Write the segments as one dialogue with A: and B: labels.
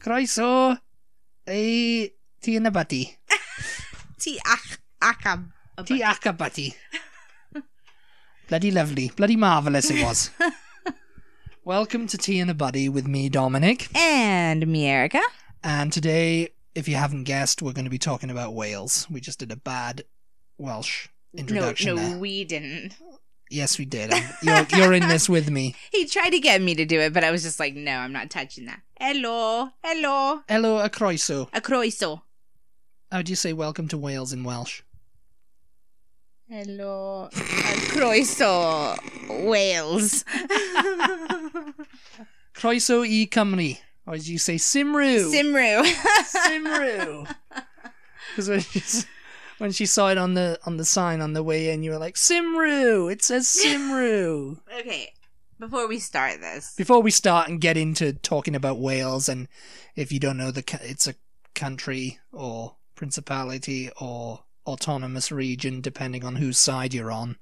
A: croeso i ti yn y bati.
B: Ti ac, ac am. y
A: Ti
B: byd.
A: ac y bati. Bloody lovely. Bloody marvellous it was. Welcome to Tea and a Buddy with me, Dominic.
B: And me, Erica.
A: And today, if you haven't guessed, we're going to be talking about Wales. We just did a bad Welsh
B: No,
A: introduction
B: no,
A: there.
B: we didn't.
A: Yes, we did. Um, You're, you're in this with me.
B: He tried to get me to do it, but I was just like, no, I'm not touching that. Hello, hello.
A: Hello, a croeso.
B: A croeso.
A: How do you say welcome to Wales in Welsh?
B: Hello, a croeso, Wales.
A: Croeso i Cymru. Or as you say, Simru.
B: Simru.
A: Simru. Because when she s- when she saw it on the on the sign on the way in, you were like, Simru. It says Simru.
B: okay, before we start this,
A: Before we start and get into talking about Wales, and if you don't know the, co- it's a country or principality or autonomous region, depending on whose side you're on.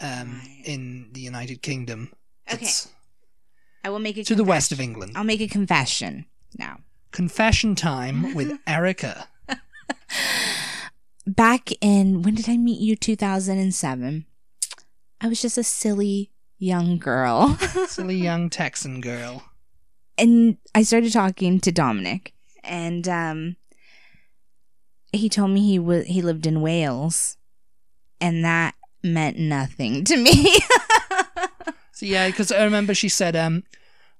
A: Um,
B: Right.
A: in the United Kingdom,
B: Okay.
A: It's
B: I will make a
A: to the west of England.
B: I'll make a confession now.
A: Confession time with Erica.
B: Back in when did I meet you? 2007. I was just a silly young girl.
A: Silly young Texan girl.
B: and I started talking to Dominic and um he told me he was he lived in Wales and that meant nothing to me.
A: So yeah, because I remember she said, um,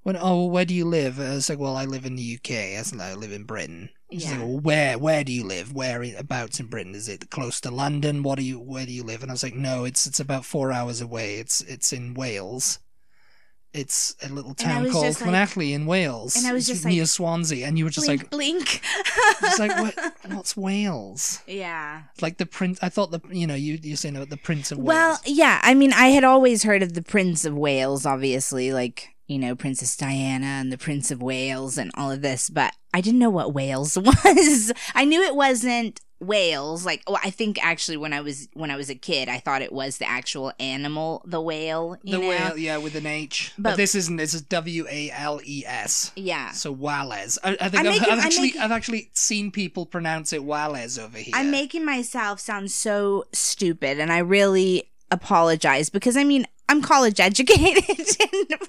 A: when oh, well, where do you live? I was like, well, I live in the UK. I said, I live in Britain. She's like,
B: Yeah.
A: well, where where do you live? Where i- abouts in Britain is it? Close to London? What do you where do you live? And I was like, no, it's it's about four hours away. It's it's in Wales. It's a little
B: I
A: town
B: was
A: called
B: just like-
A: Llanelli in Wales.
B: and I was
A: It's
B: just like-
A: near Swansea, and you were just
B: blink
A: like,
B: blink.
A: just like what? What's Wales?
B: Yeah.
A: Like the prince? I thought the you know you you're saying about the Prince of
B: Well,
A: Wales.
B: yeah, I mean, I had always heard of the Prince of Wales, obviously, like, you know, Princess Diana and the Prince of Wales and all of this, but I didn't know what Wales was. I knew it wasn't Wales, like oh, I think actually when I was when I was a kid, I thought it was the actual animal, the whale, you
A: the
B: know.
A: whale, yeah, with an H. But,
B: But-
A: this isn't. This is W A L E S.
B: Yeah.
A: So Wales. I, I think I've,
B: I'm making-
A: I've
B: I'm
A: actually
B: making-
A: I've actually seen people pronounce it Wales over here.
B: I'm making myself sound so stupid, and I really apologize because I mean I'm college educated, and,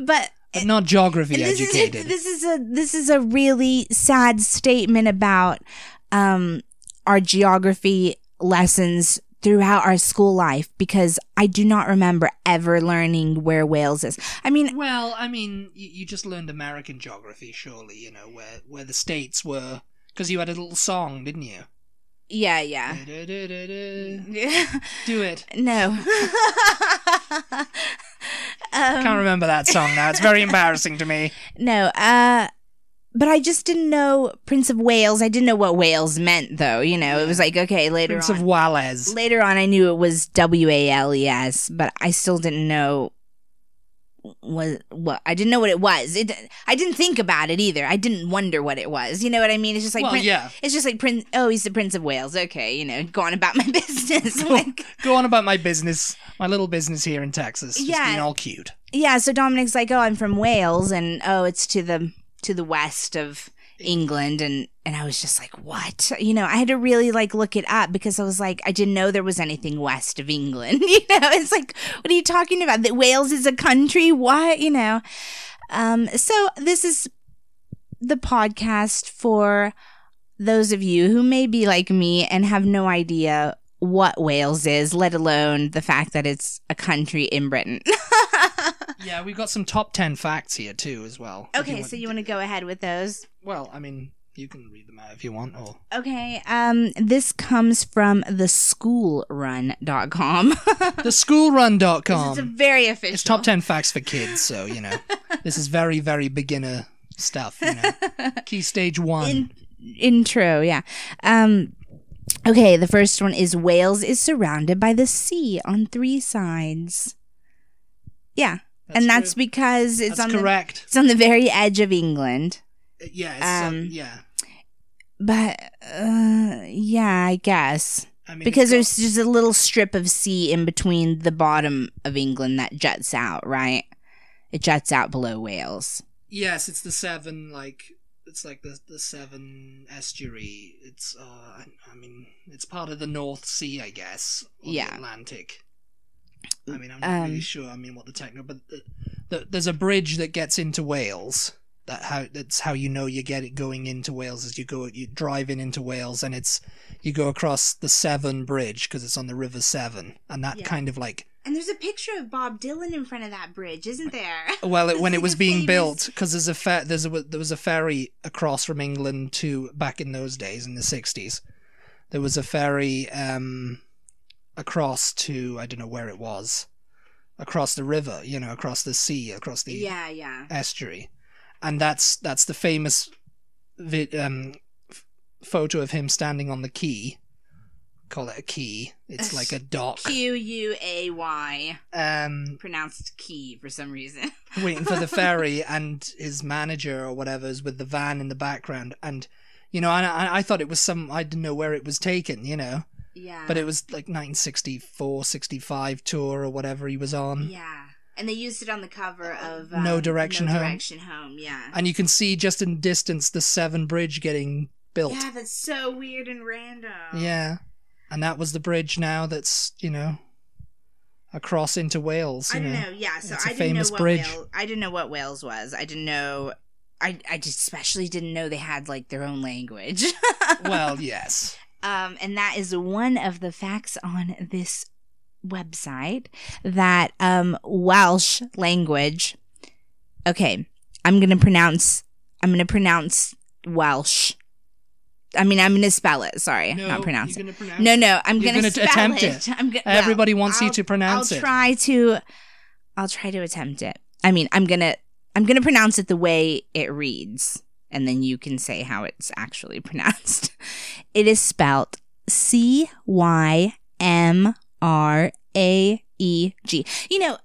B: but
A: but not geography
B: And this
A: educated.
B: Is a, this is a this is a really sad statement about um, our geography lessons throughout our school life because I do not remember ever learning where Wales is. I mean,
A: well, I mean, you, you just learned American geography, surely. You know where where the states were because you had a little song, didn't you?
B: yeah, yeah.
A: Do it.
B: no.
A: I
B: um,
A: can't remember that song now. It's very embarrassing to me.
B: No, uh but I just didn't know Prince of Wales. I didn't know what Wales meant though, you know. It was like okay, later
A: Prince
B: on.
A: of Wales.
B: Later on I knew it was W A L E S, but I still didn't know was what I didn't know what it was. It I didn't think about it either. I didn't wonder what it was. You know what I mean? It's just like
A: well,
B: Prin-
A: yeah.
B: it's just like Prince oh, he's the Prince of Wales. Okay, you know, go on about my business. like
A: Go on about my business, my little business here in Texas. Just
B: Yeah.
A: being all cute.
B: yeah so dominic's like oh i'm from wales and oh it's to the to the west of england and and i was just like what you know i had to really like look it up because i was like i didn't know there was anything west of england you know it's like what are you talking about that wales is a country what you know um so this is the podcast for those of you who may be like me and have no idea what Wales is, let alone the fact that it's a country in Britain.
A: Yeah, we've got some top ten facts here too, as well. if
B: Uh. Okay, so you want to go ahead with those?
A: Well, I mean, you can read them out if you want, or
B: Okay, um, this comes from theschoolrun.com.
A: theschoolrun.com.
B: it's very official.
A: It's top 10 facts for kids, so, you know, this is very, very beginner stuff, you know. Key stage one.
B: In- intro, yeah. Um, okay, the first one is Wales is surrounded by the sea on three sides. Yeah, and that's
A: true.
B: because it's
A: That's
B: on the,
A: correct.
B: it's on the very edge of England.
A: Yeah, it's, um,
B: Um,
A: yeah.
B: But uh, yeah, I guess.
A: I mean,
B: because
A: it's
B: there's just a little strip of sea in between the bottom of England that juts out, right? It juts out below Wales.
A: got- yes, it's the seven like It's like the the Severn Estuary. It's uh, I, I mean, it's part of the North Sea, I guess. or the
B: Yeah.
A: Atlantic. I mean, I'm not really
B: Um,
A: sure. I mean, what the techno, but the, the, there's a bridge that gets into Wales. That how that's how you know you get it going into Wales is you go you drive in into Wales and it's you go across the Severn Bridge because it's on the River Severn and that
B: Yeah.
A: kind of like
B: And there's a picture of Bob Dylan in front of that bridge, isn't there?
A: Well, it,
B: It's
A: when it
B: like
A: was
B: a
A: being
B: famous-
A: built, because there's a fer- there's a there was a ferry across from England to back in those days in the sixties. There was a ferry um, across to I don't know where it was, across the river, you know, across the sea, across the
B: yeah, yeah.
A: estuary, and that's that's the famous vi- um, f- photo of him standing on the quay. Call it a quay. It's like a dock.
B: Q U A Y.
A: Um,
B: Pronounced key for some reason.
A: waiting for the ferry, and his manager or whatever is with the van in the background. And you know, I- I, I thought it was some I didn't know where it was taken, you know,
B: Yeah.
A: but it was like 1964, 65 tour or whatever he was on.
B: Yeah. And they used it on the cover of
A: No Direction
B: um, No
A: Home.
B: Direction Home, yeah.
A: And you can see just in distance the Severn Bridge getting built.
B: Yeah, that's so weird and random.
A: Yeah. and that was the bridge now that's you know across into Wales.
B: I
A: You
B: don't
A: know.
B: know. Yeah, so
A: It's a
B: I didn't know
A: famous
B: what
A: bridge.
B: Wales, I didn't know what Wales was. I didn't know. I I just especially didn't know they had like their own language.
A: well, yes.
B: um, and that is one of the facts on this website that um Welsh language. Okay, I'm gonna pronounce. I'm gonna pronounce Welsh. I mean, I'm gonna spell it. Sorry, not pronounce it.
A: Gonna pronounce
B: No, no, I'm
A: You're
B: gonna,
A: gonna
B: spell
A: attempt
B: it. I'm gonna. well,
A: Everybody wants you
B: I'll-
A: to
B: I'll
A: pronounce it.
B: try to I'll try to attempt it. I mean, I'm going to I'm going to pronounce it the way it reads and then you can say how it's actually pronounced. It is spelled C Y M R A E G. You know,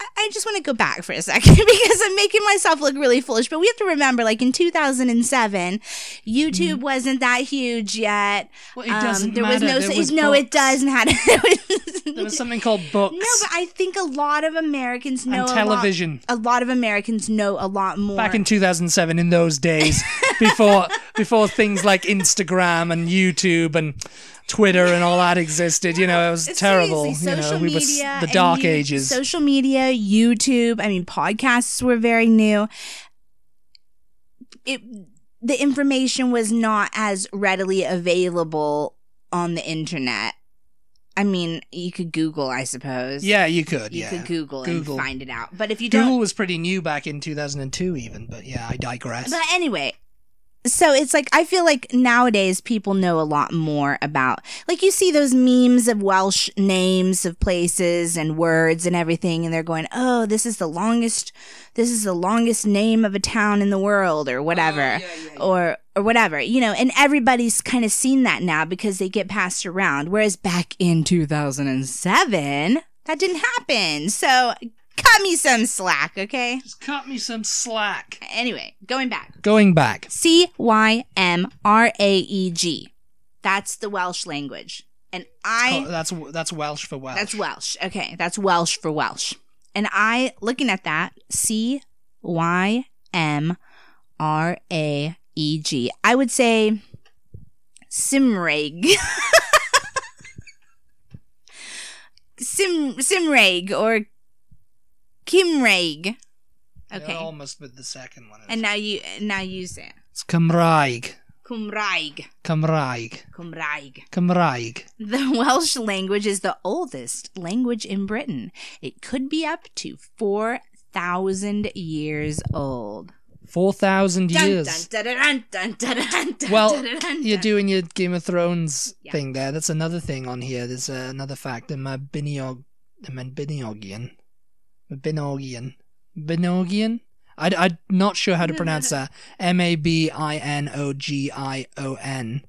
B: I- I just want to go back for a second because I'm making myself look really foolish. But we have to remember, like in 2007, YouTube wasn't that huge yet. Um,
A: Well, Mm-hmm. it doesn't
B: there
A: matter.
B: was no,
A: there
B: s-
A: was
B: no, it
A: books.
B: does matter.
A: There was something called books.
B: No, but I think a lot of Americans know
A: and television
B: A lot, a lot of Americans know a lot more.
A: back in 2007 in those days before before things like Instagram and YouTube and Twitter and all that existed you know it was terrible
B: Seriously,
A: you know
B: social
A: we were s-
B: media
A: the
B: and
A: dark
B: you-
A: ages
B: Social media, YouTube. I mean, podcasts were very new. It the information was not as readily available on the internet. I mean, you could Google, I suppose.
A: yeah you could
B: you
A: yeah
B: could Google,
A: Google.
B: and find it out. But if you don't,
A: Google was pretty new back in 2002 even but yeah I digress
B: But anyway, so it's like I feel like nowadays people know a lot more about like you see those memes of Welsh names of places and words and everything and they're going, "Oh, this is the longest this is the longest name of a town in the world or whatever."
A: Oh,
B: Or or whatever, you know, and everybody's kind of seen that now because they get passed around. Whereas back in 2007, that didn't happen. So cut me some slack, okay?
A: just cut me some slack
B: Anyway, going back.
A: going back
B: C Y M R A E G. That's the Welsh language. And
A: oh,
B: I,
A: that's that's Welsh for Welsh
B: that's Welsh. Okay. That's Welsh for Welsh. And I, looking at that, C Y M R A E G, I would say Simreg. Sim, Simreg or Kimreg.
A: They're
B: Okay.
A: almost with the second one
B: And now you, now you say it.
A: it's Cymraeg
B: Cymraeg.
A: Cymraeg
B: Cymraeg.
A: Cymraeg
B: The Welsh language is the oldest language in Britain. It could be up to 4,000 years old.
A: 4,000
B: Dun,
A: years
B: dun, dun, dun, dun, dun, dun, dun,
A: Well,
B: dun, dun, dun.
A: you're doing your Game of Thrones
B: Yeah.
A: thing there. That's another thing on here. There's uh, another fact. The Mabiniog, the Mabinogian, Mabinogian, Binogian. I, I'm not sure how to
B: No, no,
A: pronounce that. M A B I N O G I O N.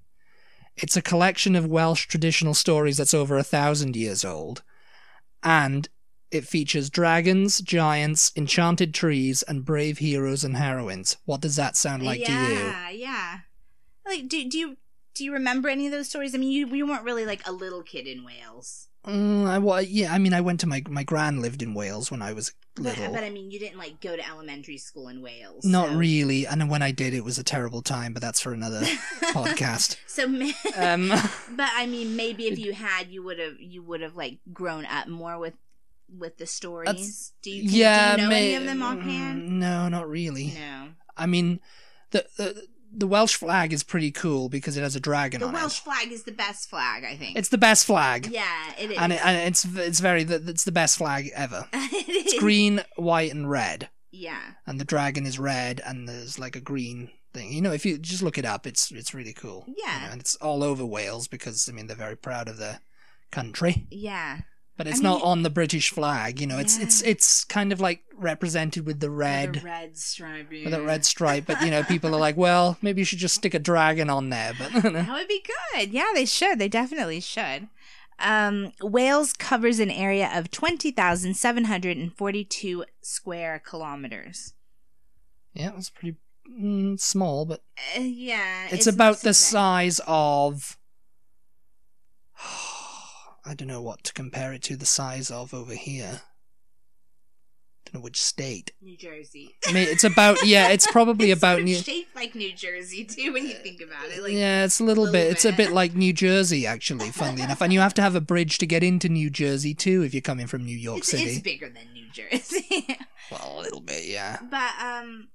A: It's a collection of Welsh traditional stories that's over a thousand years old, and it features dragons, giants, enchanted trees, and brave heroes and heroines. What does that sound like to you?
B: yeah, yeah. Like, do, do you do you remember any of those stories? I mean, you, you weren't really like a little kid in Wales.
A: Mm, I wa yeah. I mean, I went to my my gran lived in Wales when I was little.
B: But I mean, you didn't like go to elementary school in Wales.
A: Not
B: so-
A: really. And when I did, it was a terrible time. But that's for another podcast.
B: So, ma-
A: Um,
B: but I mean, maybe if you had, you would have you would have like grown up more with with the stories. Do you, can,
A: yeah,
B: do you know
A: ma-
B: any of them offhand?
A: mm, No, not really.
B: No.
A: I mean, the, the the Welsh flag is pretty cool because it has a dragon
B: The
A: on
B: Welsh
A: it.
B: flag is the best flag, I think.
A: It's the best flag,
B: yeah, it is.
A: and, it, and it's it's very it's the best flag ever.
B: It
A: It's
B: is.
A: green, white, and red,
B: Yeah.
A: and the dragon is red, and there's like a green thing. You know, if you just look it up, it's it's really cool. you
B: Yeah.
A: know, and it's all over Wales because I mean they're very proud of their country.
B: Yeah.
A: But it's
B: mean,
A: not
B: it-
A: on the British flag, you know. It's
B: Yeah.
A: it's it's kind of like represented with the red,
B: The red stripe.
A: with a red stripe. But you know, people are like, well, maybe you should just stick a dragon on there. But
B: That would be good. Yeah, they should. They definitely should. Um, Wales covers an area of 20,742 square kilometers.
A: yeah, it's pretty mm, small, but
B: Uh, yeah.
A: it's, about
B: not
A: the
B: so bad.
A: size of. I don't know what to compare it to the size of over here. don't know which state.
B: New Jersey.
A: I mean, it's about yeah, it's probably
B: It's
A: about
B: sort of
A: New.
B: shaped like New Jersey too when you think about it. Like
A: yeah, it's a little,
B: little
A: bit. It's a
B: bit.
A: bit like New Jersey, actually, funnily enough. And you have to have a bridge to get into New Jersey too if you're coming from New York
B: it's,
A: City.
B: it's bigger than New Jersey.
A: well, a little bit, yeah.
B: but um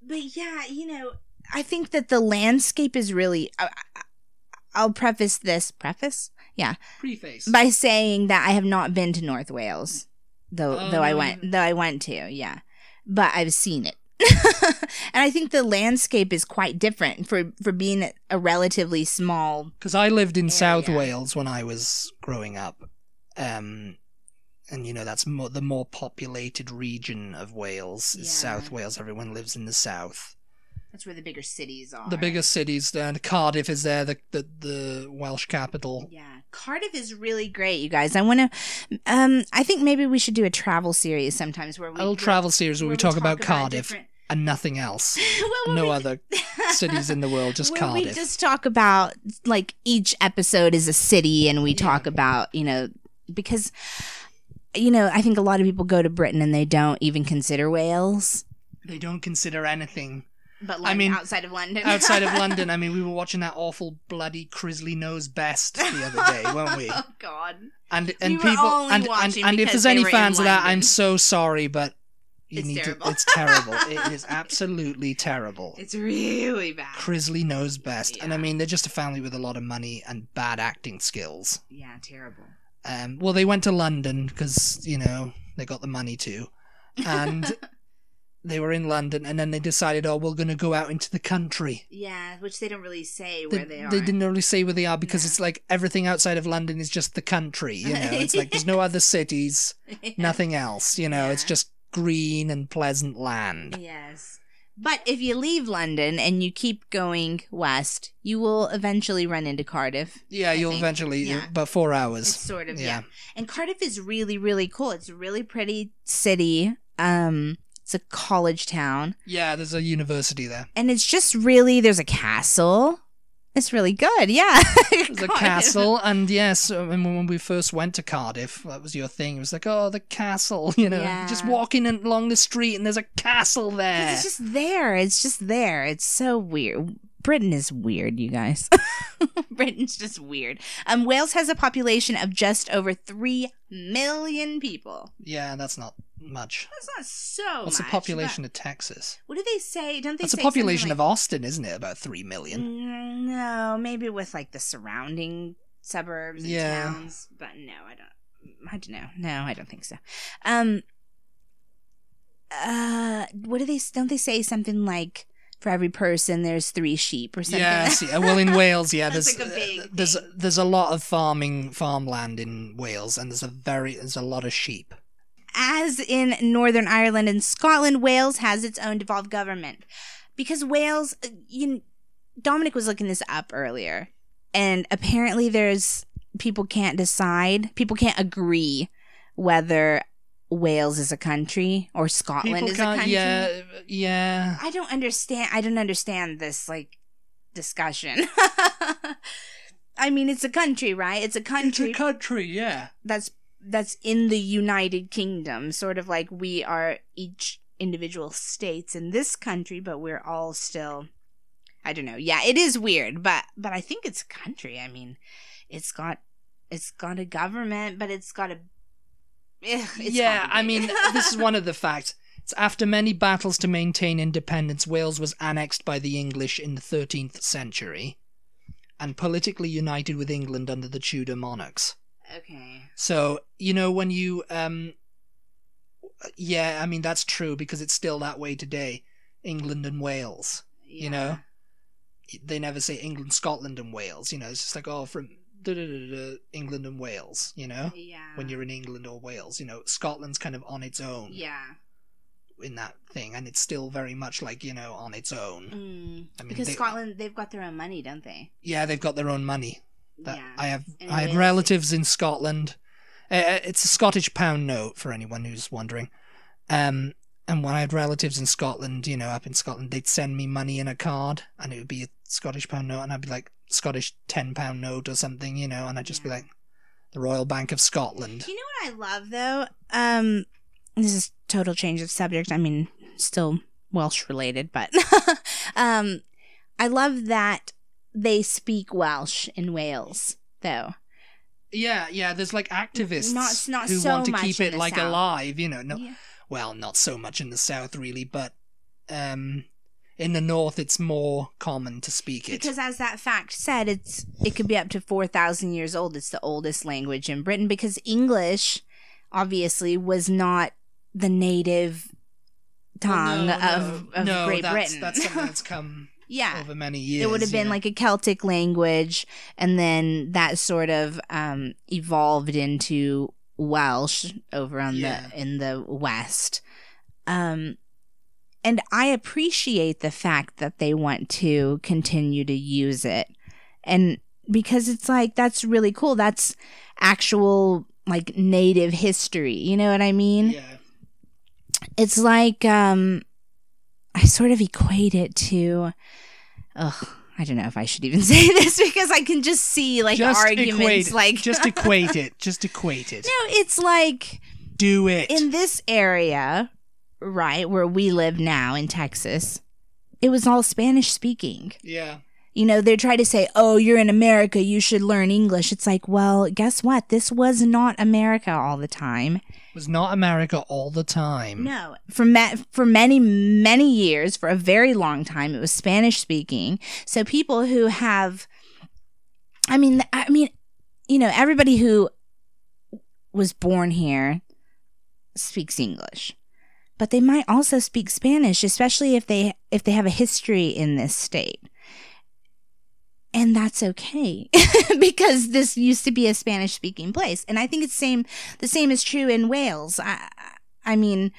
B: but yeah you know i think that the landscape is really I, I, i'll preface this preface
A: Preface.
B: by saying that i have not been to north wales though
A: Oh,
B: though i
A: no,
B: went
A: you-
B: though i went to yeah but i've seen it and i think the landscape is quite different for for being a relatively small
A: Because I lived in South
B: area.
A: Wales when I was growing up, um, and you know that's mo- the more populated region of Wales is
B: Yeah.
A: South Wales. Everyone lives in the south.
B: that's where the bigger cities are
A: The biggest cities, and Cardiff is there, the the, the Welsh capital.
B: Yeah, Cardiff is really great, you guys. I want to. Um, I think maybe we should do a travel series sometimes where we
A: A little travel series where we talk, about, Cardiff
B: different-
A: and nothing else.
B: Well, where
A: no
B: we-
A: other cities in the world, just
B: where
A: Cardiff.
B: We just talk about like each episode is a city, and we
A: Yeah.
B: talk about you know because you know I think a lot of people go to Britain and they don't even consider Wales,
A: They don't consider anything
B: but
A: I mean,
B: outside of London,
A: outside of London. I mean, we were watching that awful bloody Crisley Nose Best the other day, weren't we?
B: Oh God,
A: and and
B: were
A: people
B: only
A: and, and,
B: watching
A: and if there's
B: because they
A: any
B: were in
A: fans of that i'm
B: London.
A: so sorry but you
B: It's
A: need
B: terrible.
A: to it's terrible it is absolutely terrible
B: it's really bad.
A: Crisley knows best and i
B: Yeah.
A: mean they're just a family with a lot of money and bad acting skills
B: yeah, terrible.
A: um, well they went to london because you know they got the money too and they were in london and then they decided oh we're going to go out into the country
B: Yeah, which they don't really say
A: they,
B: where they, are.
A: they didn't really say where they are because
B: No.
A: it's like everything outside of london is just the country you know it's like there's no other cities nothing else. You know, it's
B: Yeah.
A: just green and pleasant land.
B: Yes. But if you leave London and you keep going west, you will eventually run into Cardiff.
A: Yeah,
B: I
A: you'll
B: think,
A: eventually
B: yeah.
A: about four
B: It's
A: hours.
B: sort of yeah.
A: yeah.
B: And Cardiff is really really cool. It's a really pretty city. Um it's a college town
A: Yeah, there's a university there.
B: and it's just really there's a castle. It's really good. Yeah.
A: There's a
B: Cardiff.
A: castle, and yes, I mean, when we first went to Cardiff, that was your thing. It was like, oh, the castle. You know,
B: Yeah.
A: just walking in- along the street, and there's a castle
B: 'Cause
A: there.
B: It's just there. It's just there. It's so weird. Britain is weird, you guys. Britain's just weird. Um, Wales has a population of just over three million people.
A: Yeah, that's not much.
B: That's not so.
A: What's
B: much,
A: the population of Texas?
B: but What do they say? Don't they?
A: That's a
B: say something
A: population
B: like-
A: of Austin, isn't it? About three million.
B: Mm, No, maybe with like the surrounding suburbs and
A: Yeah.
B: towns, but no, I don't. I don't know. No, I don't think so. Um, uh, what do they? Don't they say something like, "For every person, there's three sheep" or something?
A: Yeah, see, uh, well, in Wales, yeah,
B: That's
A: there's
B: like a big
A: uh, there's
B: thing.
A: there's a lot of farming farmland in Wales, and there's a very there's a lot of sheep.
B: As in Northern Ireland and Scotland, Wales has its own devolved government. Because Wales, uh, you, Dominic was looking this up earlier, and apparently there's people can't decide, people can't agree whether Wales is a country or Scotland is a country.
A: yeah, yeah.
B: I don't understand. I don't understand this like discussion. I mean, it's a country, right? It's a
A: It's
B: country
A: a country, yeah.
B: that's that's in the United Kingdom, sort of like we are each individual states in this country, but we're all still I don't know. Yeah, it is weird, but but I think it's a country. I mean, it's got it's got a government, but it's got a Ugh, it's
A: yeah, I mean,
B: complicated.
A: this is one of the facts. It's after many battles to maintain independence, Wales was annexed by the English in the 13th century and politically united with England under the Tudor monarchs.
B: okay.
A: So, you know, when you, um, yeah, I mean, that's true because it's still that way today. England and Wales,
B: Yeah.
A: you know? They never say England, Scotland, and Wales, you know? It's just like, oh, from da da da da, England and Wales, you know?
B: Yeah.
A: When you're in England or Wales, you know, Scotland's kind of on its own
B: yeah.
A: in that thing, and it's still very much like you know on its own.
B: Mm.
A: I mean,
B: Because
A: they-
B: Scotland, they've got their own money, don't they?
A: Yeah, they've got their own money. That
B: yeah.
A: I have,
B: And
A: I
B: it
A: had
B: is-
A: relatives in Scotland. Uh, it's a Scottish pound note for anyone who's wondering. Um, and when I had relatives in Scotland, you know, up in Scotland, they'd send me money in a card, and it would be a Scottish pound note, and I'd be like Scottish ten pound note or something, you know, and I'd just be
B: Yeah.
A: like the Royal Bank of Scotland.
B: You know what I love though? Um this is total change of subject. I mean, still Welsh related, but um I love that they speak Welsh in Wales though.
A: Yeah, yeah. There's like activists
B: Not- not
A: who
B: so
A: want to
B: much
A: keep
B: in
A: it
B: the
A: like
B: South.
A: alive, you know. No,
B: Yeah.
A: well, not so much in the south really, but um, in the north it's more common to speak it.
B: Because as that fact said, it's it could be up to 4000 years old. It's the oldest language in Britain because English obviously was not the native tongue
A: Well, no,
B: of,
A: no,
B: of
A: no,
B: Great
A: that's,
B: Britain.
A: That's something that's come
B: yeah.
A: over many years.
B: it would have
A: you
B: been
A: know.
B: like a Celtic language, and then that sort of um, evolved into Welsh over on
A: Yeah.
B: the in the West. Um, and I appreciate the fact that they want to continue to use it, and because it's like that's really cool. That's actual like native history. You know what I mean?
A: yeah,
B: it's like um i sort of equate it to ugh i don't know if i should even say this because i can just see like
A: Just
B: arguments
A: equate it.
B: like
A: just equate it. Just equate it.
B: no it's like
A: Do it.
B: in this area right where we live now in texas it was all spanish speaking
A: yeah,
B: you know, they try to say, oh, you're in America, you should learn English. It's like, well, guess what? This was not America all the time.
A: was not America all the time.
B: No, for ma- for many many years, for a very long time, it was Spanish speaking. So people who have, I mean, I mean, you know, everybody who was born here speaks English, but they might also speak Spanish, especially if they if they have a history in this state. And that's okay because this used to be a Spanish speaking place. And I think it's same the same is true in Wales. I I mean,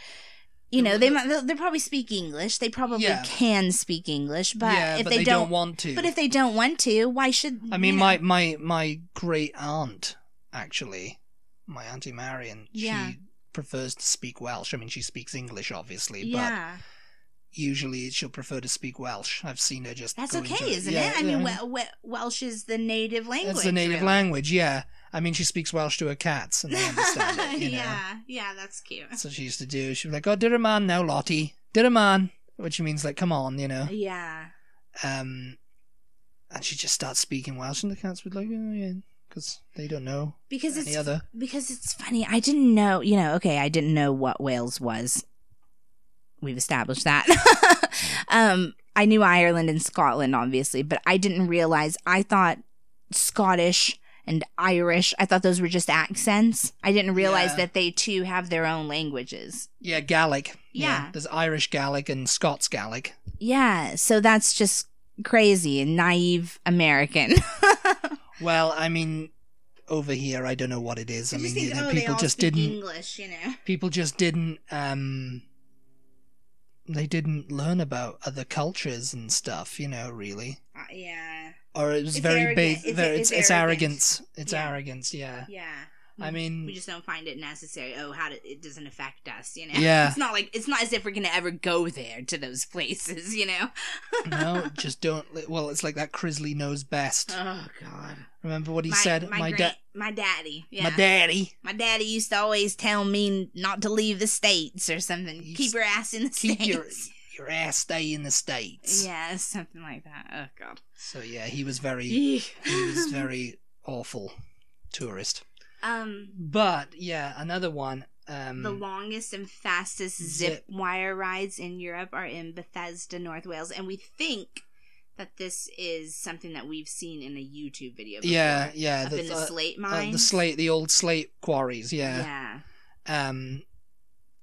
B: you know, they might they probably speak English. They probably
A: Yeah.
B: can speak English, but
A: yeah,
B: if
A: but
B: they, don't,
A: want to.
B: but if they don't want to, why should
A: I mean,
B: you know?
A: my, my my great aunt actually, my auntie Marion,
B: Yeah.
A: she prefers to speak Welsh. I mean, she speaks English obviously, but
B: yeah.
A: usually she'll prefer to speak Welsh. I've seen her just.
B: That's
A: go into
B: okay, isn't
A: Yeah,
B: it? I mean,
A: yeah.
B: we- we- Welsh is the native language.
A: it's the native
B: really.
A: language. Yeah, I mean, she speaks Welsh to her cats, and they understand it. You know?
B: yeah, yeah, that's cute.
A: That's what she used to do. She'd be like, "Oh, did a man now, Lottie? Did a man?" Which means like, "Come on," you know.
B: Yeah,
A: Um, and she just starts speaking Welsh, and the cats would like, "Oh yeah," because they don't know
B: because
A: any
B: it's
A: other.
B: because it's funny. I didn't know, you know. Okay, I didn't know what Wales was. We've established that. um, I knew Ireland and Scotland, obviously, but I didn't realize. I thought Scottish and Irish. I thought those were just accents. I didn't realize
A: Yeah.
B: that they too have their own languages.
A: Yeah, Gaelic.
B: Yeah.
A: There's Irish Gaelic and Scots Gaelic.
B: Yeah, so that's just crazy and naive American.
A: Well, I mean, over here, I don't know what it is. I, mean, you
B: oh,
A: know, people just didn't.
B: English, you know.
A: People just didn't. um They didn't learn about other cultures and stuff. You know, really.
B: Uh, yeah,
A: Or it was
B: It's
A: very
B: arrogant-
A: base.
B: it's-
A: very,
B: it's
A: it's, it's
B: arrogant.
A: arrogance. It's
B: Yeah.
A: arrogance. Yeah.
B: yeah.
A: I mean,
B: we just don't find it necessary. Oh, how do, it doesn't affect us, you know.
A: Yeah.
B: it's not like it's not as if we're gonna ever go there to those places, you know.
A: no, just don't. li- Well, it's like that Crisley knows best.
B: Oh God,
A: Remember what he said?
B: my
A: My
B: great-
A: dad,
B: my daddy, yeah,
A: my daddy,
B: My daddy used to always tell me not to leave the states or something.
A: You
B: Keep your ass in the
A: keep your
B: states.
A: your ass stay in the states.
B: Yeah, something like that. Oh God.
A: So yeah, he was very he was
B: Eek.
A: very awful tourist.
B: um,
A: But yeah, another one. Um,
B: the longest and fastest zip,
A: Zip.
B: wire rides in Europe are in Bethesda, North Wales, and we think that this is something that we've seen in a YouTube video. Before,
A: yeah, yeah,
B: up
A: the,
B: in the
A: uh,
B: slate
A: uh,
B: mine.
A: the slate, the old slate quarries.
B: Yeah.
A: Yeah. Um,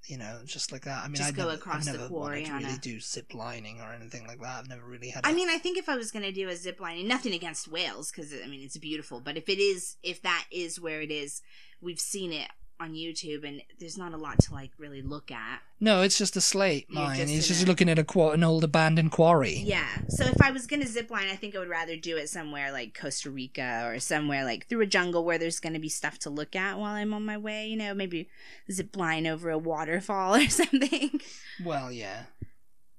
A: you know, just like that. I mean,
B: Just
A: I've
B: go
A: never,
B: across
A: I've
B: the
A: never
B: quarry
A: wanted to
B: on
A: really
B: a-
A: do zip lining or anything like that. I've never really had. a-
B: I mean, I think if I was going to do a zip lining, nothing against Wales, because I mean it's beautiful. But if it is, if that is where it is, we've seen it on YouTube, and there's not a lot to like really look at.
A: no, it's just a slate
B: You're
A: mine.
B: just
A: It's
B: in
A: just
B: a-
A: looking at a qua- an old abandoned quarry.
B: Yeah. So if I was going to zip line, I think I would rather do it somewhere like Costa Rica or somewhere like through a jungle where there's going to be stuff to look at while I'm on my way. You know, maybe zip line over a waterfall or something.
A: Well, yeah,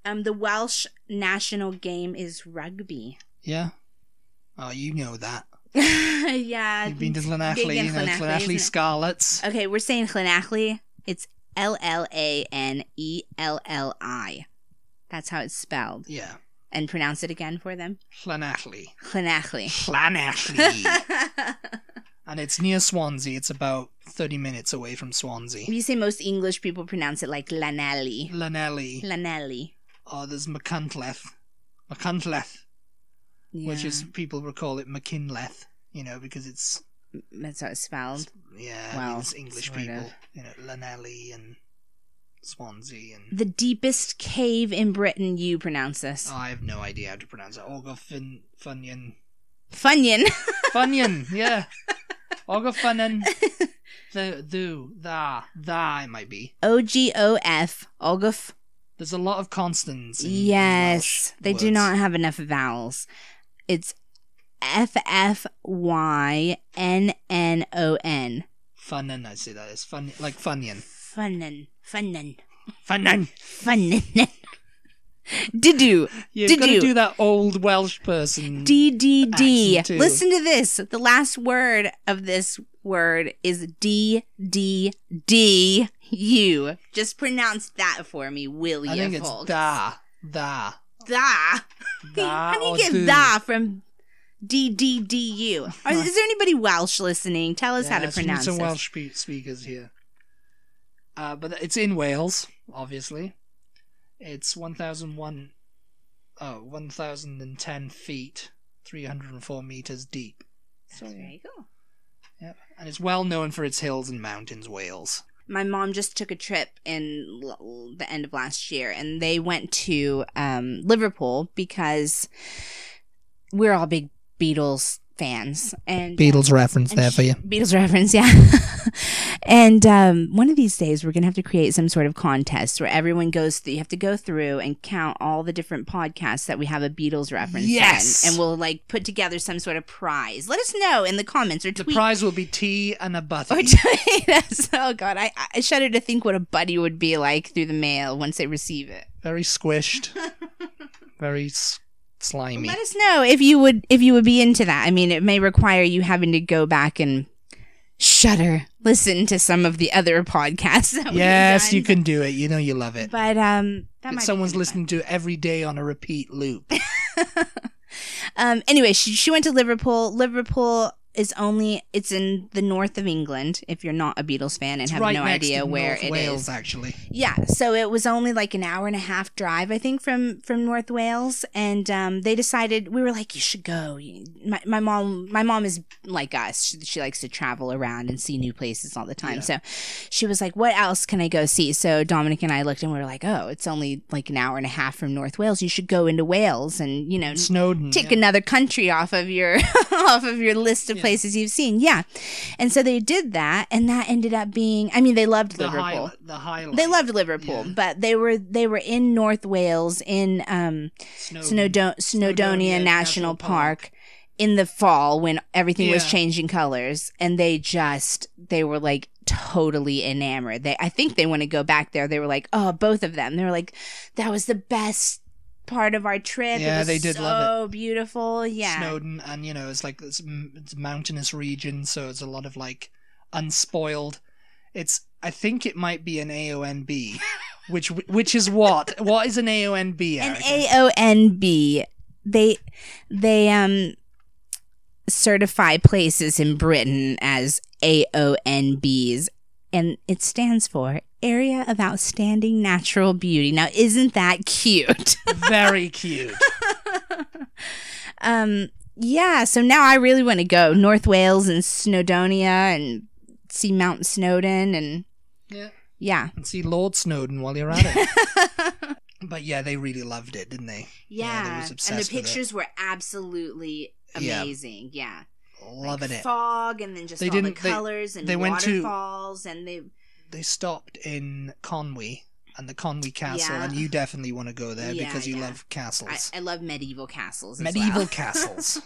B: Um, the Welsh national game is rugby.
A: yeah. Oh, you know that.
B: yeah.
A: You've been to
B: big
A: Llanachley,
B: Uh, in
A: you know
B: Llanachley,
A: Llanachley
B: isn't it? Uh,
A: Scarlets.
B: Okay, we're saying Llanachley. It's L L A N E L L I. That's how it's spelled.
A: Yeah,
B: And pronounce it again for them.
A: Llanachley.
B: Llanachley.
A: Llanachley. and it's near Swansea. It's about 30 minutes away from Swansea.
B: you say most English people pronounce it like Lanelli.
A: Llanelli.
B: Lanelli.
A: Oh, there's McCuntleth. McCuntleth, which is people recall it McKinleth, you know, because it's,
B: that's how it's spelled.
A: yeah, I mean,
B: Well,
A: it's English
B: sort of.
A: people. You know, Llanelli and Swansea and. Oh,
B: The deepest cave in Britain. You pronounce this
A: I have no idea how to pronounce it. Ogre Fin Funyon.
B: Funyun.
A: Funyon, yeah. Ogre Funyon. The, do, tha, tha, it might be.
B: O G O F. Oguf.
A: There's a lot of constants. in- in
B: Yes,
A: Welsh
B: they do
A: words.
B: not have enough vowels. It's F F Y N N O N.
A: Funnin, I say that is fun, like Funyon.
B: Funnin, funnin,
A: Funnin.
B: funnin. Didu,
A: You've
B: Did
A: got to
B: you-
A: do that old Welsh person.
B: D D D.
A: Accent too.
B: Listen to this. The last word of this word is D D D U. Just pronounce that for me, will you?
A: I think it's
B: folks?
A: da, da,
B: Da.
A: da.
B: How do
A: or
B: you get
A: do.
B: that from D D D U? Or Is there anybody Welsh listening? Tell us
A: Yeah,
B: how to
A: let's meet
B: pronounce
A: some
B: it.
A: Welsh spe- speakers here. Uh, but it's in Wales, obviously. It's 1,001, oh, 1,010 feet, 304 meters deep. So,
B: Very cool.
A: yeah. And it's well known for its hills and mountains, Wales.
B: My mom just took a trip in l- the end of last year, and they went to um, Liverpool because we're all big Beatles fans. And
A: Beatles reference
B: And
A: there for
B: sh-
A: you.
B: Beatles reference, yeah. and um, one of these days, we're going to have to create some sort of contest where everyone goes through, you have to go through and count all the different podcasts that we have a Beatles reference
A: Yes!
B: in. And we'll like put together some sort of prize. Let us know in the comments or
A: The
B: tweet. Oh,
A: prize will be tea and a butter.
B: or tweet us. Oh, God. I, I shudder to think what a buddy would be like through the mail once they receive it.
A: Very squished. very s- slimy.
B: Let us know if you would if you would be into that. I mean, it may require you having to go back and shudder, listen to some of the other podcasts. That we've
A: Yes,
B: done.
A: you can do it. You know you love it.
B: But um, that
A: That
B: might be
A: someone's
B: kinda
A: listening to every day on a repeat loop.
B: fun. Um, anyway, she she went to Liverpool. Liverpool is only it's in the north of England. If you're not a Beatles fan and
A: It's
B: have
A: right
B: no
A: next
B: idea
A: to
B: where
A: North
B: it is. Mm-hmm.
A: Wales, actually.
B: Yeah, so it was only like an hour and a half drive, I think, from from North Wales, and um, they decided we were like, you should go. You- My, my mom, my mom is like us; she, she likes to travel around and see new places all the time.
A: Yeah.
B: So she was like, "What else can I go see?" So Dominic and I looked, and we were like, "Oh, it's only like an hour and a half from North Wales. You should go into Wales, and you know,
A: Snowden.
B: tick
A: yeah.
B: another country off of your off of your list of
A: Yeah.
B: places you've seen." Yeah, and so they did that, and that ended up being. I mean, they loved
A: the,
B: Liverpool.
A: high, the highlight.
B: They loved Liverpool,
A: Yeah.
B: but they were they were in North Wales in um,
A: Snowden.
B: Snowdo- Snowdonia
A: Oh, Snowdonia
B: National
A: National
B: Park,
A: Park.
B: in the fall when everything was
A: Yeah.
B: changing colors and they just they were like totally enamored. They I think they want to go back there. They were like, "Oh, both of them." They were like, "That was the best part of our trip.
A: Yeah,
B: it was
A: they did
B: so
A: love
B: beautiful." Yeah.
A: Snowden, and you know, it's like it's, it's a mountainous region, so it's a lot of like unspoiled. It's I think it might be an AONB, which which is what what is an AONB?
B: An
A: Erica?
B: A O N B. They they um certify places in Britain as A O N Bs and it stands for Area of Outstanding Natural Beauty. Now isn't that cute?
A: Very cute.
B: um yeah, so now I really want to go North Wales and Snowdonia and see Mount Snowdon and
A: Yeah.
B: yeah.
A: And see Lord Snowden while you're at it. but yeah, they really loved it, didn't they? Yeah, they was
B: Yeah, and the
A: obsessed with it.
B: pictures were absolutely
A: Yeah.
B: amazing. Yeah, like
A: Loving it.
B: Fog and then just
A: They
B: all
A: didn't-
B: the
A: they-
B: colors and
A: they went to-
B: waterfalls and they
A: they stopped in Conwy and the Conwy Castle,
B: Yeah.
A: and you definitely want to go there
B: Yeah,
A: because you
B: yeah.
A: love
B: I,
A: castles,
B: I love medieval castles. as
A: medieval
B: well.
A: castles.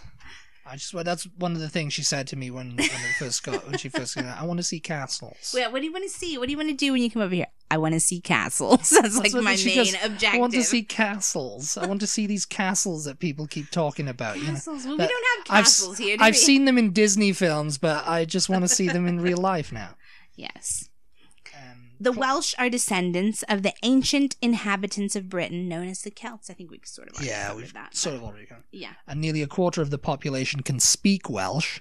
A: I just well, that's one of the things she said to me when when I first got when she first came out. I want to see castles.
B: Well, what do you want to see? What do you want to do when you come over here? I want to see castles. That's like
A: what
B: my
A: she
B: main
A: goes,
B: objective.
A: I want to see castles. I want to see these castles that people keep talking about. You know,
B: castles. Well,
A: that-
B: we don't have
A: I've s-
B: castles here. Do
A: I've
B: we?
A: seen them in Disney films, but I just want to see them in real life now.
B: Yes.
A: Um,
B: The
A: pro-
B: Welsh are descendants of the ancient inhabitants of Britain known as the Celts. I think we sort of already
A: yeah,
B: covered
A: we've
B: that.
A: sort
B: but-
A: of already gone.
B: yeah.
A: And nearly a quarter of the population can speak Welsh.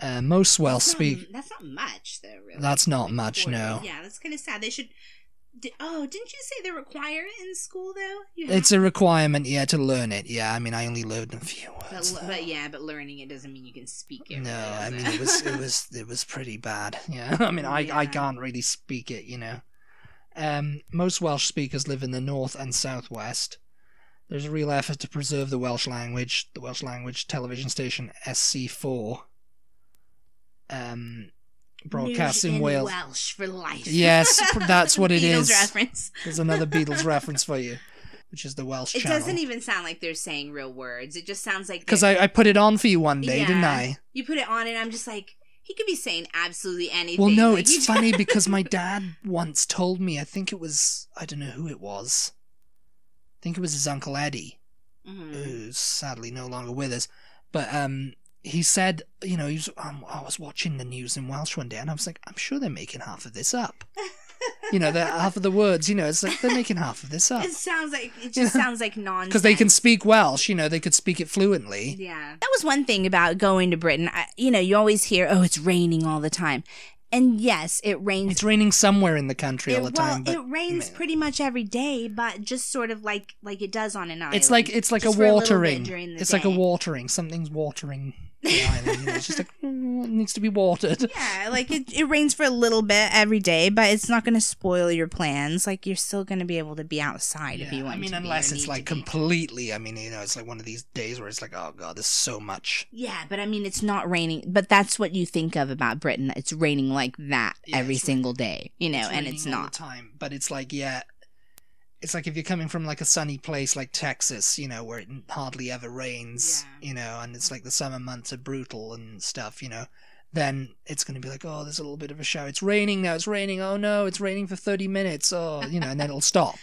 A: Uh, most Welsh
B: That's not-
A: speak.
B: That's not much, though. Really.
A: That's not much,
B: Quarter.
A: no.
B: Yeah, that's kind of sad. They should. Di- oh, didn't you say they're required in school though? You have
A: It's a requirement, yeah, to learn it. Yeah, I mean, I only learned a few
B: But,
A: words.
B: l-
A: though.
B: but yeah, but learning it doesn't mean you can speak it.
A: no,
B: really,
A: I
B: does
A: mean, it was, it was, it was pretty bad. Yeah, I mean, I, I
B: Yeah.
A: can't really speak it, you know. Um, most Welsh speakers live in the north and southwest. There's a real effort to preserve the Welsh language. The Welsh language television station SC4 um, broadcasts
B: News
A: in
B: in
A: Wales.
B: Welsh for life.
A: Yes, pr- that's what it
B: Beatles
A: is.
B: reference.
A: There's another Beatles reference for you, which is the Welsh
B: It
A: channel.
B: doesn't even sound like they're saying real words. It just sounds like
A: Because
B: they're-
A: I, I put it on for you one day, didn't
B: Yeah.
A: I?
B: you put it on and I'm just like he could be saying absolutely anything.
A: Well, no,
B: Like, you
A: it's
B: just-
A: funny because my dad once told me, I think it was, I don't know who it was. I think it was his Uncle Eddie,
B: Mhm.
A: who's sadly no longer with us. But um, he said, you know, he was, um, I was watching the news in Welsh one day and I was like, I'm sure they're making half of this up. You know, they're, half of the words, you know, it's like they're making half of this up.
B: It sounds like it
A: You know,
B: just sounds like nonsense.
A: Because they can speak Welsh, you know, they could speak it fluently.
B: Yeah. That was one thing about going to Britain. I, you know, you always hear, "Oh, it's raining all the time." And yes, it rains
A: It's raining somewhere in the country
B: It-
A: all the time.
B: Well,
A: but
B: it rains
A: man.
B: pretty much every day, but just sort of like like it does on an island.
A: It's like it's like
B: Just
A: a
B: for a little bit
A: watering.
B: during the
A: it's like a
B: day.
A: watering. Something's watering the island. You know? It's just like "Mm, it needs to be watered.
B: yeah, like it, it rains for a little bit every day, but it's not going to spoil your plans. Like you're still going to be able to be outside if you
A: Yeah,
B: want.
A: I mean,
B: to be or
A: unless
B: need
A: it's
B: to
A: like
B: be.
A: completely. I mean, you know, it's like one of these days where it's like, oh god, there's so much.
B: Yeah, but I mean, it's not raining. But that's what you think of about Britain. It's raining like that
A: Yeah,
B: every
A: it's ra-
B: single day, you know, and
A: raining
B: it's
A: all the
B: not.
A: time, but it's like yeah, it's like if you're coming from like a sunny place like Texas, you know, where it hardly ever rains,
B: Yeah.
A: you know, and it's like the summer months are brutal and stuff, you know. Then it's going to be like, oh, there's a little bit of a shower. It's raining now. It's raining. Oh no, it's raining for thirty minutes. Oh, you know, and then it'll stop.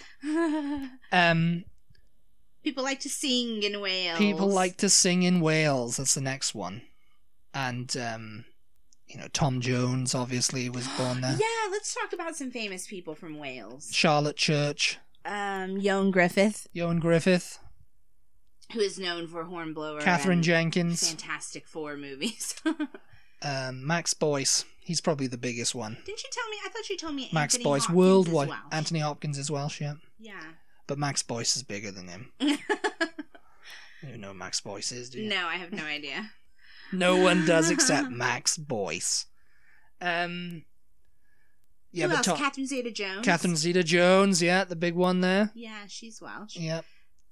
A: Um,
B: People like to sing in Wales.
A: people like to sing in Wales. That's the next one, and um, you know Tom Jones obviously was born there.
B: yeah, let's talk about some famous people from Wales.
A: Charlotte Church,
B: Um, Joan Griffith,
A: Joan Griffith,
B: who is known for Hornblower,
A: Catherine
B: and
A: Jenkins,
B: Fantastic Four movies. Didn't
A: um, Max Boyce. He's probably the biggest one.
B: you tell me? I thought you told me
A: Max
B: Anthony
A: Boyce
B: Hopkins
A: worldwide.
B: As well.
A: Anthony Hopkins is Welsh, yeah,
B: yeah.
A: but Max Boyce is bigger than him. You don't know who Max Boyce is, do you?
B: no, I have no idea.
A: No one does except Max Boyce. Um, yeah,
B: who
A: but
B: else?
A: Tom-
B: Catherine Zeta-Jones.
A: Catherine Zeta-Jones, yeah, the big one there.
B: Yeah, she's Welsh.
A: Yeah,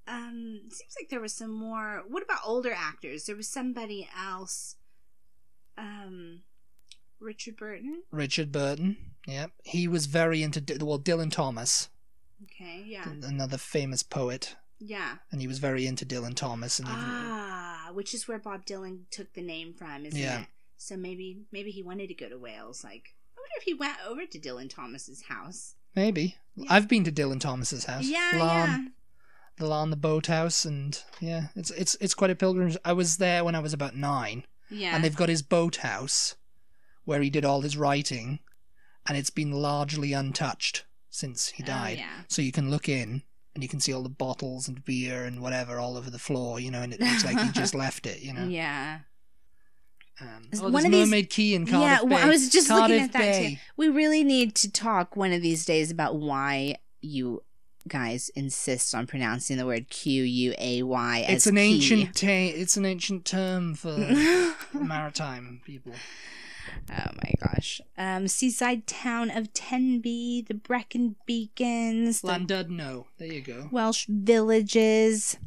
B: Um, it seems like there was some more. What about older actors? There was somebody else. Um, Richard Burton.
A: Richard Burton. Yeah, he was very into D- well Dylan Thomas,
B: Okay, yeah,
A: Mm. another famous poet,
B: yeah.
A: and he was very into Dylan Thomas. And
B: Ah, uh, which is where Bob Dylan took the name from, isn't
A: Yeah.
B: it? So maybe maybe he wanted to go to Wales. Like, I wonder if he went over to Dylan Thomas's house.
A: Maybe. I've been to Dylan Thomas's house.
B: Yeah,
A: Larn,
B: yeah.
A: The Larn, the boathouse, and yeah, it's it's it's quite a pilgrimage. I was there when I was about nine,
B: Yeah.
A: and they've got his boathouse, where he did all his writing, and it's been largely untouched since he
B: Oh,
A: died.
B: yeah.
A: So you can look in and you can see all the bottles and beer and whatever all over the floor, you know, and it looks like he just left it, you know.
B: Yeah.
A: Um,
B: Is
A: oh,
B: one
A: there's
B: of these-
A: Mermaid Key in Cardiff
B: well,
A: Bay.
B: I was just looking
A: Cardiff
B: at that too.
A: Bay.
B: We really need to talk one of these days about why you guys insist on pronouncing the word Q U A Y
A: It's
B: as
A: an
B: key.
A: ancient ta- it's an ancient term for maritime people.
B: Oh my gosh. Um, seaside town of Tenby, the Brecon Beacons, the
A: Llandudno. There you go.
B: Welsh villages,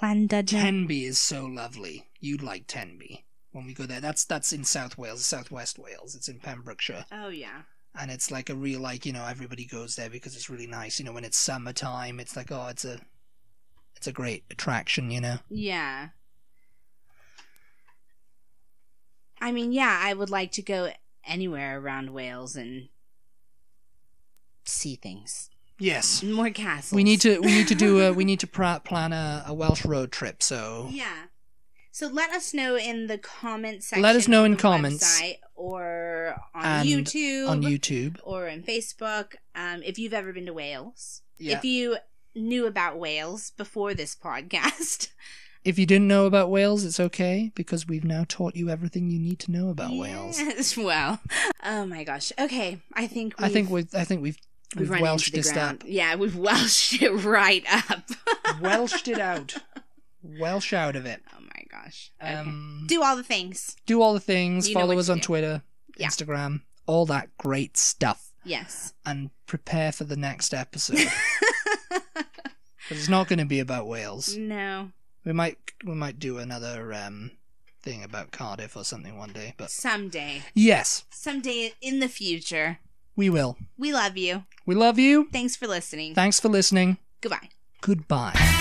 B: Llandudno.
A: Tenby is so lovely. You'd like Tenby when we go there. That's that's in South Wales, Southwest Wales. It's in Pembrokeshire,
B: Oh yeah.
A: and it's like a real like you know everybody goes there because it's really nice. You know when it's summertime, it's like oh it's a it's a great attraction. You know.
B: Yeah. I mean, yeah, I would like to go anywhere around Wales and see things.
A: Yes.
B: More castles.
A: We need to we need to do a we need to pra- plan a, a Welsh road trip. So
B: Yeah. So let us know in the comment section.
A: Let us know
B: on
A: in
B: the
A: comments.
B: website or on
A: And
B: YouTube
A: on YouTube,
B: or on Facebook. Um, if you've ever been to Wales,
A: yeah.
B: if you knew about Wales before this podcast,
A: If you didn't know about Wales, it's okay because we've now taught you everything you need to know about Wales.
B: Yes, well, oh my gosh. Okay, I think
A: I
B: we've,
A: think we I think we've we've,
B: run into
A: Welshed
B: the
A: this
B: ground.
A: up.
B: Yeah, we've Welshed it right up.
A: Welshed it out. Welsh out of it.
B: Oh my gosh. Okay.
A: Um, do,
B: Do all the things.
A: all the things.
B: You know
A: follow
B: what
A: us
B: to
A: on
B: do.
A: Twitter,
B: Yeah.
A: Instagram, all that great stuff,
B: Yes.
A: and prepare for the next episode. 'Cause it's not going to be about
B: Mm.
A: Wales.
B: no.
A: We might we might do another um, thing about Cardiff or something one day. But
B: Someday.
A: yes,
B: Someday in the future.
A: we will.
B: We love you.
A: We love you.
B: Thanks for listening.
A: Thanks for listening.
B: Goodbye.
A: Goodbye.